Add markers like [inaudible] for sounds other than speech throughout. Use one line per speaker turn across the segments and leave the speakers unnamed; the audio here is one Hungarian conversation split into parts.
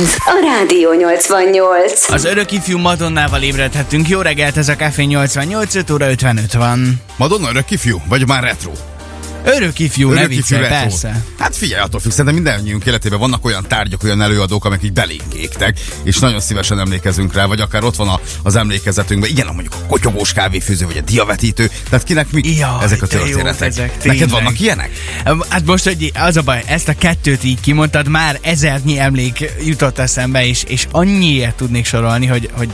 Ez a Rádió 88.
Az örök ifjú Madonnával ébredhetünk. Jó reggelt, ez a Café 88, 5 óra 55 van.
Madonna örök ifjú? Vagy már retro?
Örök ifjú, ne
Örök ifjú
viccel,
retro.
persze.
Hát figyelj, attól függ, szerintem mindannyiunk életében vannak olyan tárgyak, olyan előadók, amik így belénk égtek, és nagyon szívesen emlékezünk rá, vagy akár ott van a, az emlékezetünkben, igen, mondjuk a kotyogós kávéfőző, vagy a diavetítő, tehát kinek mi
Jaj,
ezek a
de jók
történetek.
ezek,
Neked
tényleg.
vannak ilyenek?
Hát most, hogy az a baj, ezt a kettőt így kimondtad, már ezernyi emlék jutott eszembe, és, és annyiért tudnék sorolni, hogy, hogy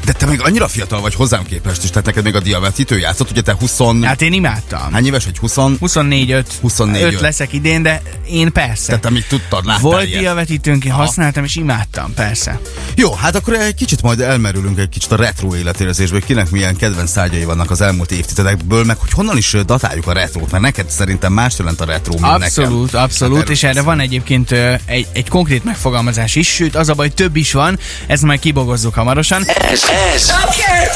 Hm. De te még annyira fiatal vagy hozzám képest is, tehát neked még a diavetítő játszott, ugye te 20...
hát én imádtam.
Hány éves vagy? 20?
24-5.
24
5
öt.
leszek idén, de én persze.
Tehát te még tudtad, láttál
Volt
ilyet.
diavetítőnk, én használtam, és imádtam, persze.
Jó, hát akkor egy kicsit majd elmerülünk egy kicsit a retro életérezésből, kinek milyen kedvenc tárgyai vannak az elmúlt évtizedekből, meg hogy honnan is ö, datáljuk a retrót, mert neked szerintem más jelent a retro, mint
Abszolút,
nekem.
abszolút,
Hát
és erre van egyébként ö, egy, egy konkrét megfogalmazás is, sőt az a baj, több is van, ezt majd kibogozzuk hamarosan.
Ez, ez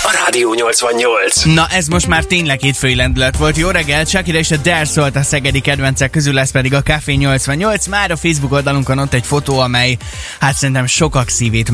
a Rádió 88.
Na ez most már tényleg hétfői lendület volt. Jó reggel, Shakira és a Der szólt a szegedi kedvencek közül, lesz pedig a Café 88. Már a Facebook oldalunkon ott egy fotó, amely hát szerintem sokak szívét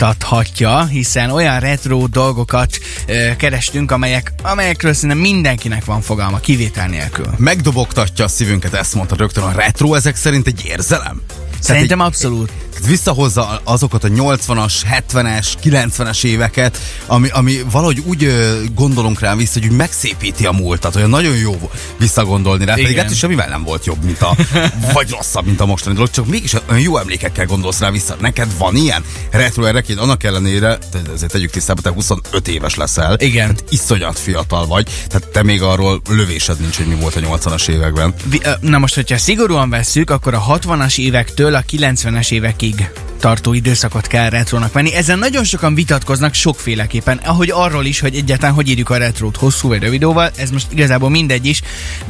megdobogtathatja, hiszen olyan retro dolgokat ö, kerestünk, amelyek, amelyekről szerintem mindenkinek van fogalma, kivétel nélkül.
Megdobogtatja a szívünket, ezt mondta rögtön a retro, ezek szerint egy érzelem? Tehát
Szerintem
egy-
abszolút.
tehát visszahozza azokat a 80-as, 70-es, 90-es éveket, ami, ami valahogy úgy ö, gondolunk rá vissza, hogy úgy megszépíti a múltat, olyan nagyon jó vo- visszagondolni rá, pedig
Igen.
hát is semmivel nem volt jobb, mint a,
[laughs]
vagy rosszabb, mint a mostani dolog, csak mégis olyan jó emlékekkel gondolsz rá vissza. Neked van ilyen? Retro ereként, annak ellenére, te- ezért tegyük tisztába, te 25 éves leszel.
Igen.
Tehát iszonyat fiatal vagy, tehát te még arról lövésed nincs, hogy mi volt a 80-as években.
Vi- ö, Na most, hogyha szigorúan vesszük, akkor a 60-as évektől a 90-es évekig tartó időszakot kell retrónak venni. Ezen nagyon sokan vitatkoznak sokféleképpen, ahogy arról is, hogy egyáltalán hogy írjuk a retrót hosszú vagy rövidóval, ez most igazából mindegy is,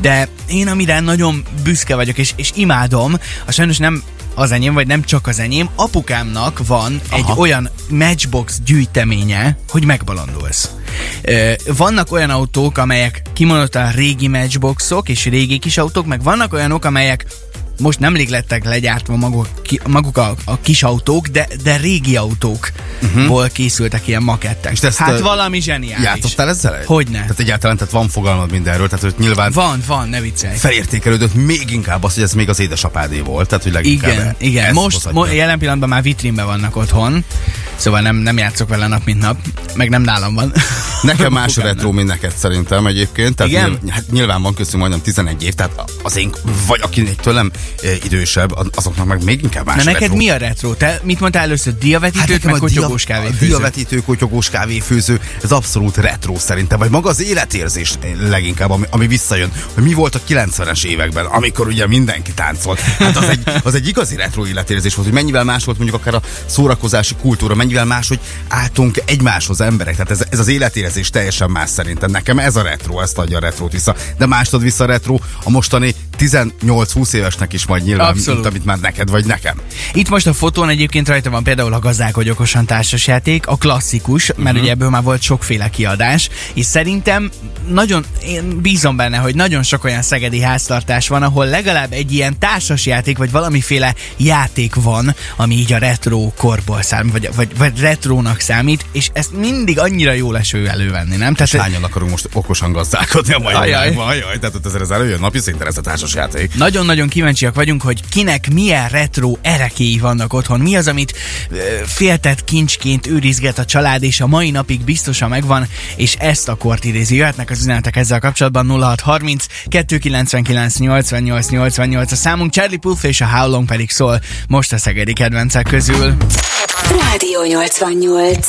de én amire nagyon büszke vagyok és, és imádom, a sajnos nem az enyém, vagy nem csak az enyém, apukámnak van Aha. egy olyan matchbox gyűjteménye, hogy megbalandulsz. Ö, Vannak olyan autók, amelyek kimondottan régi matchboxok és régi kis autók, meg vannak olyanok, amelyek most nem lettek legyártva maguk, ki, maguk a, a kis autók, de, de régi autókból uh-huh. készültek ilyen makettek.
Mhm. És te ezt,
hát
ö,
valami zseniális.
Játszottál ezzel?
Hogyne.
Tehát egyáltalán tehát van fogalmad mindenről, tehát hogy nyilván
Van, van, ne viccelj.
felértékelődött még inkább az, hogy ez még az édesapádé volt, tehát hogy leginkább
Igen,
e-
igen.
ezt
Most mo-
hozhatja.
jelen pillanatban már vitrínben vannak otthon, szóval nem, nem játszok vele nap, mint nap, meg nem nálam van. [laughs]
Nekem más a
Fogalmam.
retro, mint neked szerintem egyébként. Tehát
Igen?
Nyilván, hát nyilván van köztünk majdnem 11 év, tehát az én, vagy aki még tőlem e, idősebb, az- azoknak meg még inkább más
Na neked
retro.
mi a retro? Te mit mondtál először? Diavetítőt, meg kotyogós
dia-
kávét
Hát a diavetítő kotyogós kávéfőző, ez abszolút retro szerintem, vagy maga az életérzés leginkább, ami, ami visszajön, hogy mi volt a 90-es években, amikor ugye mindenki táncolt. Hát az egy, az egy igazi retro életérzés volt, hogy mennyivel más volt mondjuk akár a szórakozási kultúra, mennyivel más, hogy álltunk egymáshoz emberek. Tehát ez, ez az életérzés teljesen más szerintem. Nekem ez a retro, ezt adja a retrót vissza. De mást ad vissza a retro a mostani 18-20 évesnek is majd nyilván,
Abszolút.
mint amit már neked vagy nekem.
Itt most a fotón egyébként rajta van például a gazdálkodj okosan társasjáték, a klasszikus, mert
Mhm.
uh-huh. ugye ebből már volt sokféle kiadás, és szerintem nagyon, én bízom benne, hogy nagyon sok olyan szegedi háztartás van, ahol legalább egy ilyen társasjáték, vagy valamiféle játék van, ami így a retro korból számít, vagy, vagy, vagy retrónak számít, és ezt mindig annyira jól eső elővenni, nem?
És hányan akarunk most okosan gazdálkodni a mai
Ajaj.
világban? Ajaj, tehát ott azért ez előjön napi szinten ez a társasjáték.
Nagyon-nagyon kíváncsiak vagyunk, hogy kinek milyen retro erekéi vannak otthon. Mi az, amit ö, féltett kincsként őrizget a család, és a mai napig biztosan megvan, és ezt a kort idézi. Jöhetnek az üzenetek ezzel kapcsolatban 0630 299 88 88 a számunk. Charlie Puth és a How Long pedig szól most a szegedi kedvencek közül.
Rádió 88.
Rádió 88.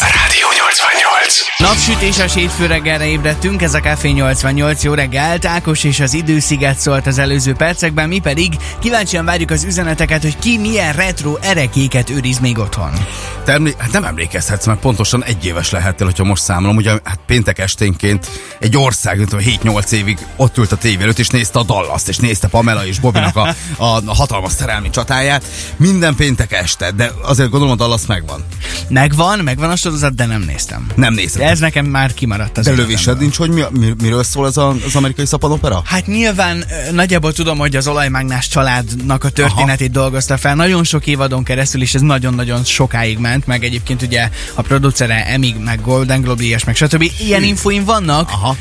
Napsütéses hétfő reggelre ébredtünk, ez a Café 88, jó reggelt, Ákos és az idősziget szólt az előző percekben, mi pedig kíváncsian várjuk az üzeneteket, hogy ki milyen retro erekéket őriz még otthon.
Te emlé- hát nem emlékezhetsz, mert pontosan egy éves lehettél, hogyha most számolom. Ugye hát péntek esténként egy ország, nem tudom, 7-8 évig ott ült a tévé előtt, és nézte a dallas és nézte Pamela és Bobinak a, a, a hatalmas szerelmi csatáját. Minden péntek este, de azért gondolom a Dallas megvolt, megvan.
Megvan, megvan a sorozat, de nem néztem.
Nem nézed.
De ez nekem már kimaradt az
De
életemből.
lövésed nincs, hogy mi, mi, miről szól ez a, az amerikai szapadopera?
Hát nyilván ö, nagyjából tudom, hogy az olajmágnás családnak a történetét Aha. dolgozta fel. Nagyon sok évadon keresztül, és ez nagyon-nagyon sokáig ment, meg egyébként ugye a producere Emig, meg Golden Globe és meg stb. Ilyen infoim vannak,
Aha.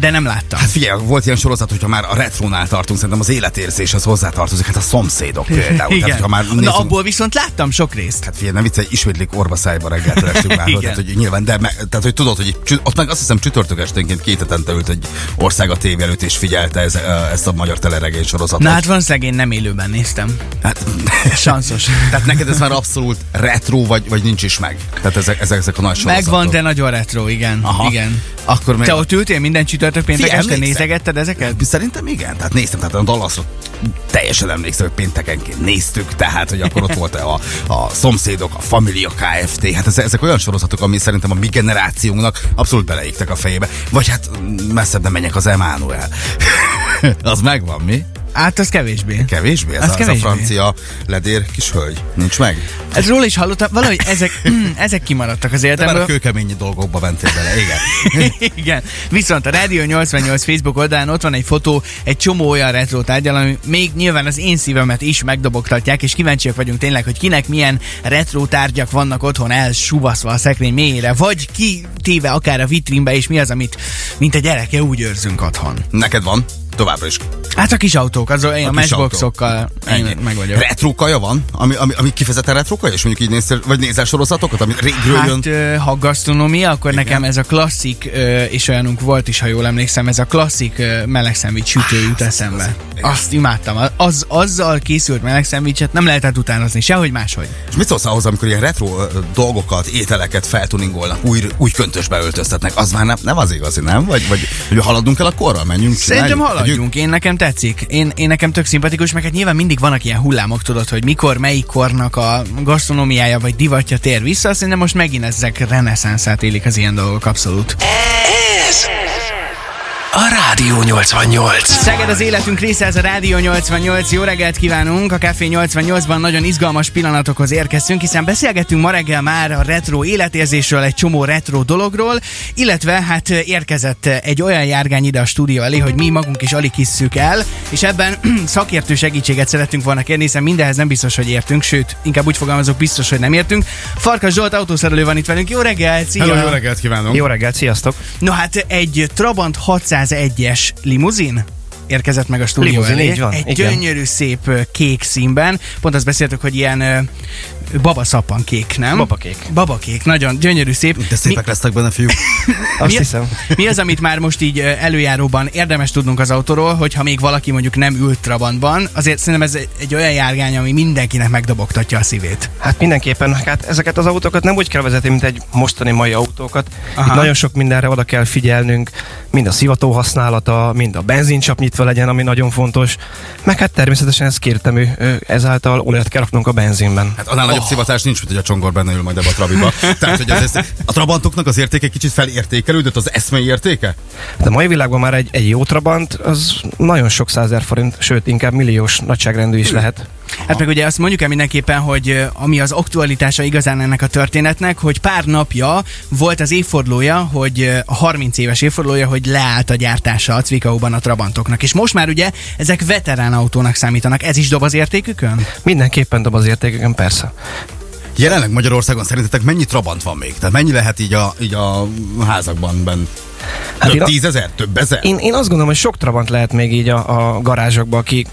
de nem láttam.
Hát figyelj, volt ilyen sorozat, hogyha már a retrónál tartunk, szerintem az életérzéshez hozzátartozik, hát a szomszédok például. Tehát, hogyha már nézzünk,
Na abból viszont láttam sok részt.
Hát figyelj, ne viccelj, ismétlik orba szájba reggel terestünk már,
Igen.
tehát, hogy nyilván, de me, tehát, hogy tudod, hogy csü- ott meg azt hiszem csütörtök esténként két hetente ült egy ország a tévé előtt, és figyelte ez, ezt a magyar teleregény sorozatot.
Na hát van szegény, nem élőben néztem.
hát, [laughs]
Sanszos.
tehát neked ez már abszolút retro, vagy, vagy nincs is meg. Tehát ezek, ezek, ezek a nagy
[laughs]
sorozatok.
Megvan, de nagyon retro, igen.
Aha.
igen.
Akkor még...
Te ott ültél minden csütörtök péntek
Figyelj,
este,
emlékszem.
nézegetted ezeket?
Szerintem igen, tehát néztem, tehát a Dallasot teljesen emlékszem, hogy péntekenként néztük, tehát, hogy akkor ott volt a, a szomszédok, a Familia Kft. Hát ez, ezek olyan sorozatok, ami szerintem a mi generációnknak abszolút beleiktek a fejébe. Vagy hát mm, messzebb nem menjek az Emmanuel. [laughs] az megvan, mi?
Hát az kevésbé.
Kevésbé? Ez,
Az
a,
kevésbé.
ez a francia ledér kis hölgy. Nincs meg?
Ez Hát Róla is hallottam, valahogy
[laughs]
ezek, mm, ezek kimaradtak az
De már a
életemből.
kőkemény dolgokba mentél bele, igen.
[laughs] Igen. Viszont a Rádió 88 Facebook oldalán ott van egy fotó, egy csomó olyan retro tárgyal, ami még nyilván az én szívemet is megdobogtatják, és kíváncsiak vagyunk tényleg, hogy kinek milyen retro tárgyak vannak otthon elsúvaszva a szekrény mélyére, vagy ki téve akár a vitrínbe, és mi az, amit mint a gyereke úgy őrzünk otthon.
Neked van? Továbbra is.
Hát a kis autók, az olyan a, a
kis
matchboxokkal
autó.
én
Ennyi.
meg vagyok.
Retro kaja van? Ami, ami, ami kifejezetten retro kaja? És mondjuk így nézel, vagy nézel sorozatokat, ami régről jön?
Hát, ö, ha gasztronómia, akkor Igen. nekem ez a klasszik, ö, és olyanunk volt is, ha jól emlékszem, ez a klasszik ö, meleg szendvics sütő jut eszembe.
igazi.
Azt imádtam. Az, azzal készült meleg szendvicset nem lehetett utánozni, sehogy máshogy.
És mit szólsz ahhoz, amikor ilyen retro ö, dolgokat, ételeket feltuningolnak, új, új köntösbe öltöztetnek? Az már nem, nem az igazi, nem? Vagy, vagy hogy haladnunk el a korral, menjünk,
Szerintem
csináljuk?
haladjunk, én nekem tetszik. Én, én nekem tök szimpatikus, meg hát nyilván mindig vannak ilyen hullámok, tudod, hogy mikor, melyik kornak a gasztronómiája vagy divatja tér vissza, szerintem most megint ezek reneszánszát élik az ilyen dolgok abszolút.
Ez a Rádió 88.
Szeged az életünk része, ez a Rádió 88. Jó reggelt kívánunk! A Café 88-ban nagyon izgalmas pillanatokhoz érkeztünk, hiszen beszélgettünk ma reggel már a retro életérzésről, egy csomó retro dologról, illetve hát érkezett egy olyan járgány ide a stúdió elé, hogy mi magunk is alig hisszük el, és ebben [clears throat] szakértő segítséget szerettünk volna kérni, hiszen mindenhez nem biztos, hogy értünk, sőt, inkább úgy fogalmazok, biztos, hogy nem értünk. Farkas Zsolt autószerelő van itt velünk. Jó reggelt! Szia!
Hello, jó reggelt kívánunk!
Jó reggelt, sziasztok!
No hát egy Trabant 601-es limuzin érkezett meg a stúdió
Limuzin,
elé.
így van,
egy
igen.
gyönyörű szép ö, kék színben. Pont azt beszéltük, hogy ilyen ö, babaszappan kék, nem?
Babakék.
Babakék, nagyon gyönyörű szép.
De szépek lesznek benne, fiúk.
Azt
mi,
hiszem.
mi az, amit már most így ö, előjáróban érdemes tudnunk az autóról, hogyha még valaki mondjuk nem ült Trabantban, azért szerintem ez egy- egy olyan járgány, ami mindenkinek megdobogtatja a szívét.
Hát mindenképpen, hát ezeket az autókat nem úgy kell vezetni, mint egy mostani mai autókat.
Aha.
Itt nagyon sok mindenre oda kell figyelnünk, mind a szivató használata, mind a benzincsap nyitva legyen, ami nagyon fontos. Meg hát természetesen ez kértemű, ö, ezáltal olajat kell raknunk a benzinben.
Hát annál nagyobb oh. szivatás nincs, mint hogy a csongor benne ül majd ebbe a trabiba. Tehát, hogy az, ez- a trabantoknak az értéke kicsit felértékelődött, az eszmei értéke?
De a mai világban már egy, egy jó trabant, az nagyon sok százer forint, sőt inkább milliós nagyságrendű is lehet.
Hát meg ugye azt mondjuk el mindenképpen, hogy ö, ami az aktualitása igazán ennek a történetnek, hogy pár napja volt az évfordulója, hogy ö, a 30 éves évfordulója, hogy leállt a gyártása a Cvikauban a Trabantoknak. És most már ugye ezek veterán autónak számítanak. Ez is dob az értékükön?
Mindenképpen dob az értékeken, persze.
Jelenleg Magyarországon szerintetek mennyi trabant van még? Tehát mennyi lehet így a, így a házakban bent?
Hát
Több
én a-
tízezer? Több ezer?
Én, én azt gondolom, hogy sok trabant lehet még így a, a garázsokban, aki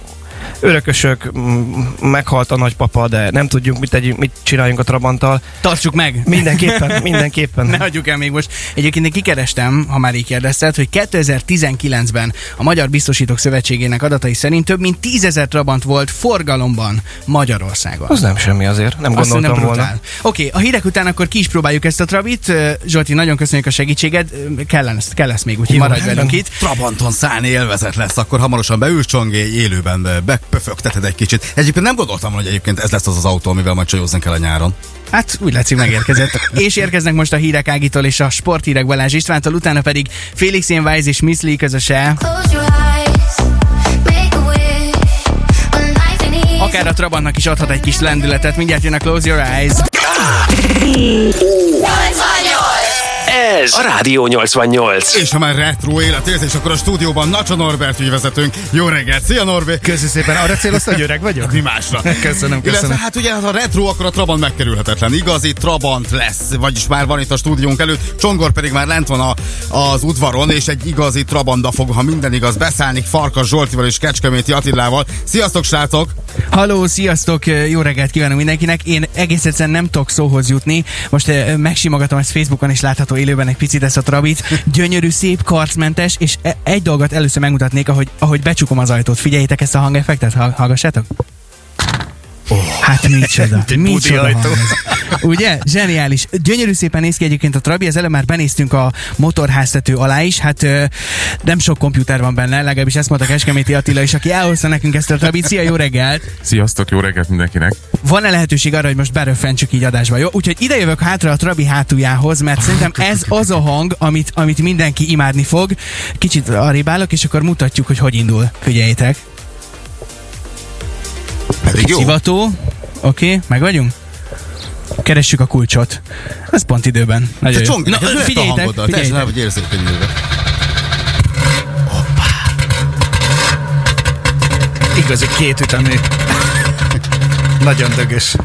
örökösök, m- meghalt a nagypapa, de nem tudjuk, mit, tegyünk, mit csináljunk a trabanttal.
Tartsuk meg!
[laughs]
Mindenképpen,
Ne
mindenképpen.
hagyjuk el még most. Egyébként én kikerestem, ha már így kérdezted, hogy 2019-ben a Magyar Biztosítók Szövetségének adatai szerint több mint 10 ezer Trabant volt forgalomban Magyarországon.
Az nem semmi azért, nem
Azt
gondoltam
szerintem
volna.
brutál. Oké, okay, a hírek után akkor ki is próbáljuk ezt a trabit. Ö, Zsolti, nagyon köszönjük a segítséged. Ö, Kell lesz, kell lesz még, úgyhogy
Jó,
maradj velünk
rendben.
itt.
Trabanton szállni élvezet lesz, akkor hamarosan beül Csongé, élőben ö, bepöfögteted egy kicsit. Egyébként nem gondoltam, volna, hogy egyébként ez lesz az az autó, amivel majd csajózni kell a nyáron.
Hát úgy látszik megérkezett. [laughs] és érkeznek most a hírek Ágitól és a sporthírek Balázs Istvántól, utána pedig Félix Jenvájz és Miss Lee közöse.
Close your eyes, make a wish, a life in easy.
Akár akár a Trabantnak is adhat egy kis lendületet. Mindjárt jön a Close Your Eyes.
Ez a Rádió 88.
És ha már retro életérzés, akkor a stúdióban Nacsa Norbert ügyvezetőnk. Jó reggelt, szia Norbi!
Köszi szépen, arra célozsz, hogy öreg vagyok?
Mi másra?
Köszönöm,
Illetve
köszönöm.
hát ugye ha retro, akkor a Trabant megkerülhetetlen. Igazi Trabant lesz, vagyis már van itt a stúdiónk előtt, Csongor pedig már lent van a, az udvaron, és egy igazi Trabanda fog, ha minden igaz, beszállni Farkas Zsoltival és Kecskeméti Attilával. Sziasztok, srácok!
Halló, sziasztok, jó reggelt kívánok mindenkinek. Én egész egyszerűen nem tudok szóhoz jutni. Most eh, megsimogatom ezt Facebookon, és látható élőben egy picit ezt a trabit. Gyönyörű, szép, karcmentes, és e- egy dolgot először megmutatnék, ahogy, ahogy becsukom az ajtót. Figyeljétek ezt a hangeffektet, ha- hallgassátok. Hát micsoda, micsoda hang ez. Ugye? Zseniális. Gyönyörű szépen néz ki egyébként a Trabi, az előbb már benéztünk a motorháztető alá is, hát ö, nem sok komputer van benne, legalábbis ezt mondta Kecskeméti Attila is, aki elhozta nekünk ezt a Trabit. Szia, jó reggelt!
Sziasztok, jó reggelt mindenkinek!
Van-e lehetőség arra, hogy most beröffentsük így adásba, jó? Úgyhogy ide jövök hátra a Trabi hátuljához,
Ah,
mert szerintem ez az a hang, amit, amit mindenki imádni fog. Kicsit arrébb állok, és akkor mutatjuk, hogy hogy indul. Figyeljétek.
Pedig jó.
Szivató. Oké, okay, meg vagyunk? Keressük a kulcsot. Ez pont időben. Nagyon
Te
jó.
Csong, Na, Hát a hangoddal, te is
figyeljétek.
nem vagy érzékenyülve.
Igazi két ütemű.
Nagyon dögös.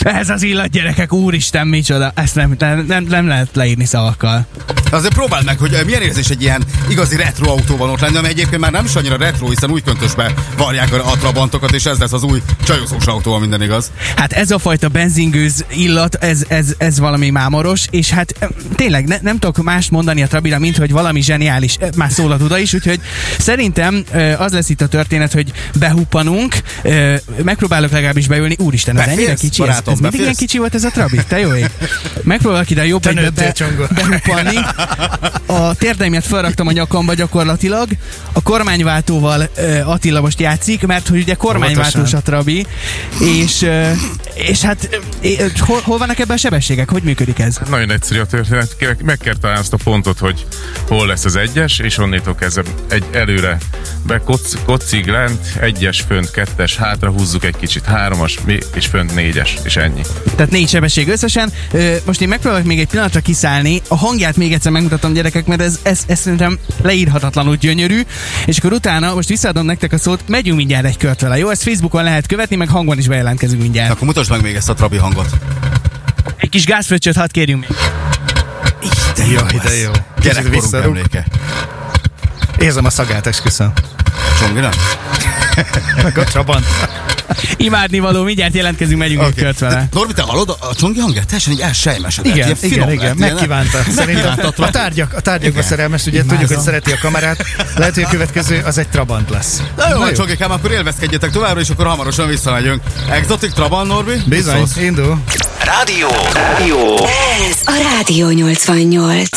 Ez az illat, gyerekek, úristen, micsoda. Ezt nem, nem, nem, nem lehet leírni szavakkal.
Azért próbáld meg, hogy ö, milyen érzés egy ilyen igazi retro autóban ott lenni, ami egyébként már nem is annyira retro, hiszen új köntösbe varják a a trabantokat, és ez lesz az új csajozós autó, ha minden igaz.
Hát ez a fajta benzingőz illat, ez, ez, ez valami mámoros, és hát em, tényleg ne, nem tudok mást mondani a Trabira, mint hogy valami zseniális, Em, már szól a Duda is, úgyhogy szerintem ö, az lesz itt a történet, hogy behuppanunk, ö, megpróbálok legalábbis beülni, úristen, ez
Beférsz,
ennyire kicsi, ez,
barátom,
ez mindig ilyen
beférsz?
kicsi volt ez a Trabi, te jó ég. Megpróbálok ide jobb, hogy be, behuppanni. A térdeimet felraktam a nyakamba gyakorlatilag, a kormányváltóval ö, Attila most játszik, mert hogy ugye kormányváltós a Trabi, és, ö, és hát ö, ö, hol, hol vannak ebben a sebességek? Hogy működik ez?
Nagyon egyszerű a történet, Kérek, meg kell találni azt a pontot, hogy hol lesz az egyes, és onnétól kezdve egy előre be koc, kocig lent, egyes, fönt, kettes, hátra húzzuk egy kicsit, hármas, mi- és fönt négyes, és ennyi.
Tehát négy sebesség összesen. Ö, Most én megpróbálok még egy pillanatra kiszállni. A hangját még egyszer megmutatom gyerekek, mert ez, ez, ez szerintem leírhatatlanul gyönyörű. És akkor utána, most visszaadom nektek a szót, megyünk mindjárt egy kört vele, jó? Ezt Facebookon lehet követni, meg hangon is bejelentkezünk mindjárt.
Akkor mutasd meg még ezt a trabi hangot.
Egy kis gázfröccsöt hadd kérjünk még.
De jó, de jó. Gyerekkorunk
visszarúg.
emléke.
Érzem a szagát, esküszöm.
Csongi, nem?
Meg a Trabant.
Imádni való, mindjárt jelentkezünk, megyünk okay. egy kört vele.
De, Norbi, te hallod a csongi hangját? Teljesen így elsejmesedett.
Igen,
ilyen
igen,
finom
igen, igen.
lett, ilyen-
megkívánta. Szerintem
Megkívánta a
a
Trabant.
tárgyak, a tárgyakba
Igen.
szerelmes, ugye
Imádom.
tudjuk, hogy szereti a kamerát. Lehet, hogy a következő az egy Trabant lesz.
Na jó,
Na
Na
jó.
csongikám, akkor élvezkedjetek továbbra, és akkor hamarosan visszamegyünk. Exotic Trabant, Norbi? Mit
Bizony,
szólsz?
indul.
Rádió. Rádió.
Ez a Rádió 88.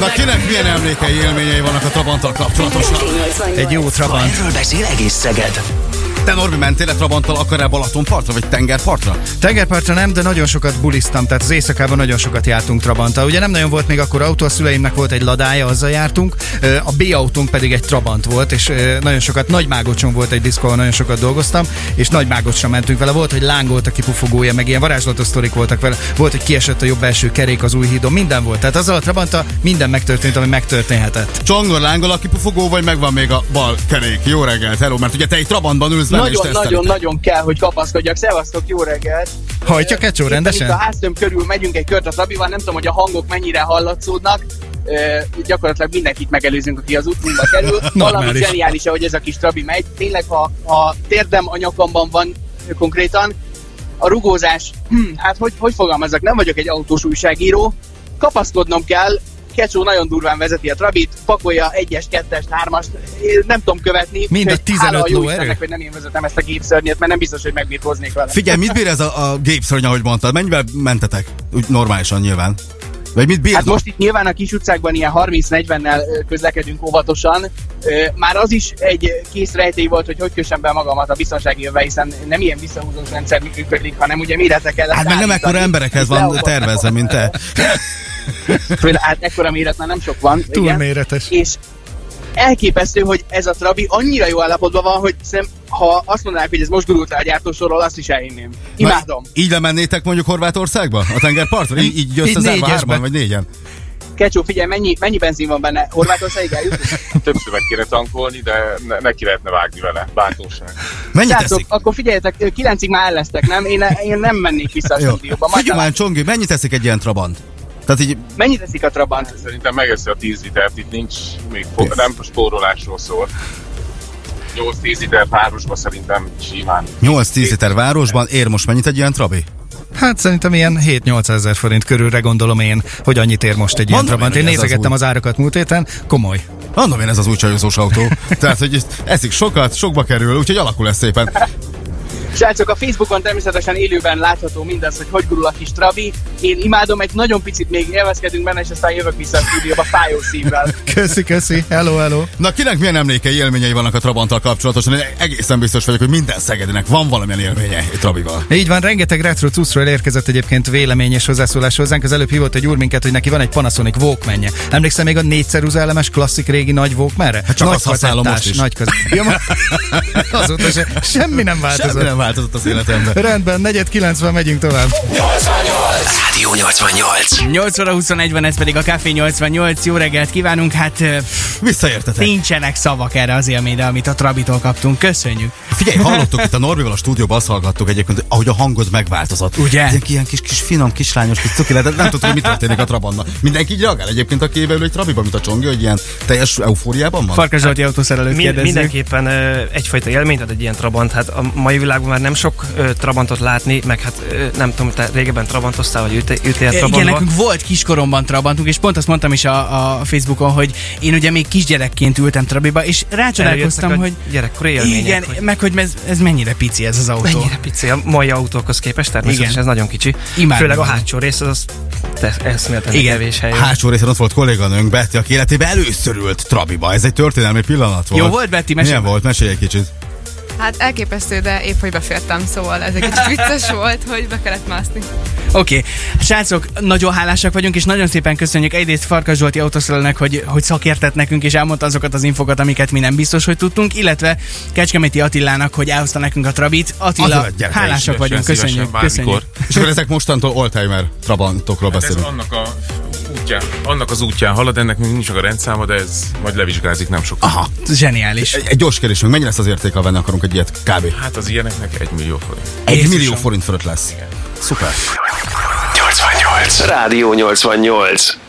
Na kinek milyen emlékei, élményei vannak a Trabanttal kapcsolatosan?
Rádió 88.
Egy jó Trabant.
Erről beszél egész Szeged.
Te Norbi mentél a Trabanttal akár el Balatonpartra, vagy tengerpartra?
Tengerpartra nem, de nagyon sokat buliztam, tehát az éjszakában nagyon sokat jártunk Trabanttal. Ugye nem nagyon volt még akkor autó, a szüleimnek volt egy ladája, azzal jártunk. Ö, A B autónk pedig egy Trabant volt, és ö, nagyon sokat, Nagymágocson volt egy diszkó, ahol nagyon sokat dolgoztam, és Nagymágocsra mentünk vele. Volt, hogy lángolt a kipufogója, meg ilyen varázslatos sztorik voltak vele. Volt, hogy kiesett a jobb első kerék az új hídon, minden volt. Tehát azzal a Trabanta minden megtörtént, ami megtörténhetett.
Csongor lángol a kipufogó, vagy megvan még a bal kerék? Jó reggelt, hello, mert ugye te egy Trabantban ülsz benne, és
Nagyon-nagyon
tesztelitek.
nagyon kell, hogy kapaszkodjak. Szevasztok, jó reggelt!
Hajtja kecsó
Itt a
rendesen?
háztöm körül megyünk egy kört a Trabival, nem tudom, hogy a hangok mennyire hallatszódnak. Ö, gyakorlatilag mindenkit megelőzünk, aki az útunkba
[laughs]
kerül. Valami
Normális.
zseniális, ahogy ez a kis Trabi megy. Tényleg, ha a térdem a nyakamban van ö, konkrétan, a rugózás, hm, hát hogy, hogy fogalmazok, nem vagyok egy autós újságíró, kapaszkodnom kell, Kecsó nagyon durván vezeti a Trabit, pakolja egyes, kettest, hármast, én nem tudom követni.
Mind a
úgyhogy hála
15
jó
lóerő?
Istennek, hogy nem én vezetem ezt a gépszörnyet, mert nem biztos, hogy megbírkoznék vele.
Figyelj, mit bír ez a, a gépszörny, ahogy mondtad? Mennyivel mentetek? Úgy normálisan nyilván. Vagy mit bír?
Hát most itt nyilván a kis utcákban ilyen 30-40-nel ö, közlekedünk óvatosan. Ö, Már az is egy kész rejtély volt, hogy hogy kössem be magamat a biztonsági jövve, hiszen nem ilyen visszahúzós rendszer működik, hanem ugye méretre kellett
Hát meg nem
állítani.
ekkora emberekhez
Itt
van
leolvasni.
tervezve, mint te.
Főle- Hát ekkora méret már nem sok van. igen.
Túlméretes.
És elképesztő, hogy ez a Trabi annyira jó állapotban van, hogy szerintem, ha azt mondanák, hogy ez most gurult el a gyártósorról, azt is elhinném. Imádom.
Így lemennétek mondjuk Horvátországba? A tengerpartra? Így, így
Így
összezárva
négyesben.
hárman vagy négyen?
Kecsó, figyelj, mennyi, mennyi benzin van benne? Horvátországig eljutunk?
[laughs]
Többször meg kéne tankolni, de ne, neki lehetne vágni vele. Bátorság.
Mennyit
Srácok,
eszik?
akkor figyeljetek, ö, kilencig már ellesztek, nem? Én, én nem mennék vissza a
Jó.
stúdióba. Majd
Figyelj
talán-
már, Csongő, mennyit eszik egy ilyen trabant? Tehát így
Mennyit teszik a Trabant?
Szerintem megeszi a 10 litert, itt nincs, még fo- nem spórolásról szól. 8-10 liter városba szerintem simán.
8-10 liter városban ér most mennyit egy ilyen trabi?
Hát szerintem ilyen 7-8 ezer forint körülre gondolom én, hogy annyit ér most egy ilyen
Mondom én,
Trabant. Én
hogy ez az
nézegettem
új.
az árakat múlt héten, komoly.
Mondom én ez az új csajozós autó. Tehát, hogy ezt eszik sokat, sokba kerül, úgyhogy alakul ez szépen.
Srácok, a Facebookon természetesen élőben látható mindaz, hogy hogy gurul a kis Trabi. Én imádom, egy nagyon picit még élvezkedünk benne, és aztán jövök vissza a stúdióba fájó
[laughs]
szívvel.
Köszi, köszi, hello, hello.
Na kinek milyen emlékei, élményei vannak a Trabanttal kapcsolatosan? Én egészen biztos vagyok, hogy minden Szegedinek van valamilyen élménye egy Trabival.
Így van, rengeteg retro cuszról érkezett egyébként vélemény és hozzászólás hozzánk. Az előbb hívott egy úr minket, hogy neki van egy Panasonic walkman Emlékszem még a négyszer uzálemes klasszik régi nagy walkman
Hát csak azt használom most is.
Nagy kazettás. ja,
[laughs]
ma- azóta se, semmi nem
Hát
változott.
Semmi nem változott az
[laughs]
életemben.
Rendben, negyed 90, megyünk tovább.
Rádió 88.
8 óra 21 ez pedig a Café 88. Jó reggelt kívánunk, hát ö, pff,
Visszaértetek.
nincsenek szavak erre az élményre, amit a Trabitól kaptunk. Köszönjük. [laughs]
Figyelj, hallottuk itt a Norbival a stúdióban, azt hallgattuk egyébként, ahogy a hangod megváltozott.
Ugye?
Ilyen, ilyen kis, kis finom kislányos kis cuki lehetett, nem tudtuk, hogy mi történik a Trabannal. Mindenki így reagál egyébként, aki belül egy Trabiban, mint a Csongi, hogy ilyen teljes eufóriában van.
Farkas Zsolti autószerelőt
Mind,
kérdezzük.
mindenképpen ö, egyfajta élmény, tehát egy ilyen Trabant. Hát a mai világban már nem sok ö, Trabantot látni, meg hát ö, nem tudom, te régebben Trabantoztál, vagy üté- ütél
Ö,
Trabantba.
Igen, nekünk volt kiskoromban Trabantunk, és pont azt mondtam is a, a Facebookon, hogy én ugye még kisgyerekként ültem Trabiba, és
Előjöttek
rácsodálkoztam,
a
hogy
gyerekkori élmények,
igen,
hogy-
meg hogy ez, ez mennyire pici ez az autó.
Mennyire pici a mai autókhoz képest, természetesen
Igen.
ez nagyon kicsi.
Imádom.
Főleg a hátsó rész az, az te- eszméletlen
Igen.
kevés hely.
Hátsó részen ott volt kolléganőnk Betty, aki életében először ült Trabiba. Ez egy történelmi pillanat volt.
Jó volt, Betty? Mesélj.
Milyen volt? Mesélj egy kicsit.
Hát elképesztő, de épp hogy befértem, szóval ez egy kicsit vicces volt, hogy be kellett mászni.
Oké, okay. srácok, nagyon hálásak vagyunk, és nagyon szépen köszönjük egyrészt Farkas Zsolti autószerelőnek, hogy, hogy szakértett nekünk, és elmondta azokat az infokat, amiket mi nem biztos, hogy tudtunk, illetve Kecskeméti Attilának, hogy elhozta nekünk a Trabit. Attila,
Attila, gyere,
hálásak vagyunk,
Szívesen,
köszönjük,
bármikor.
köszönjük.
És akkor ezek mostantól oldtimer Trabantokról
Hát Ez
beszélünk.
annak a útján, annak az útján halad, ennek még nincs meg a rendszáma, de ez majd levizsgázik nem sokkal.
Aha.
Zseniális.
Egy, egy gyors kérdésünk, mennyi lesz az érték, ha venni akarunk egy ilyet? Kb.
Hát az ilyeneknek egy millió forint.
Egy
Jézusom.
millió forint fölött lesz. Szuper.
88. Rádió 88.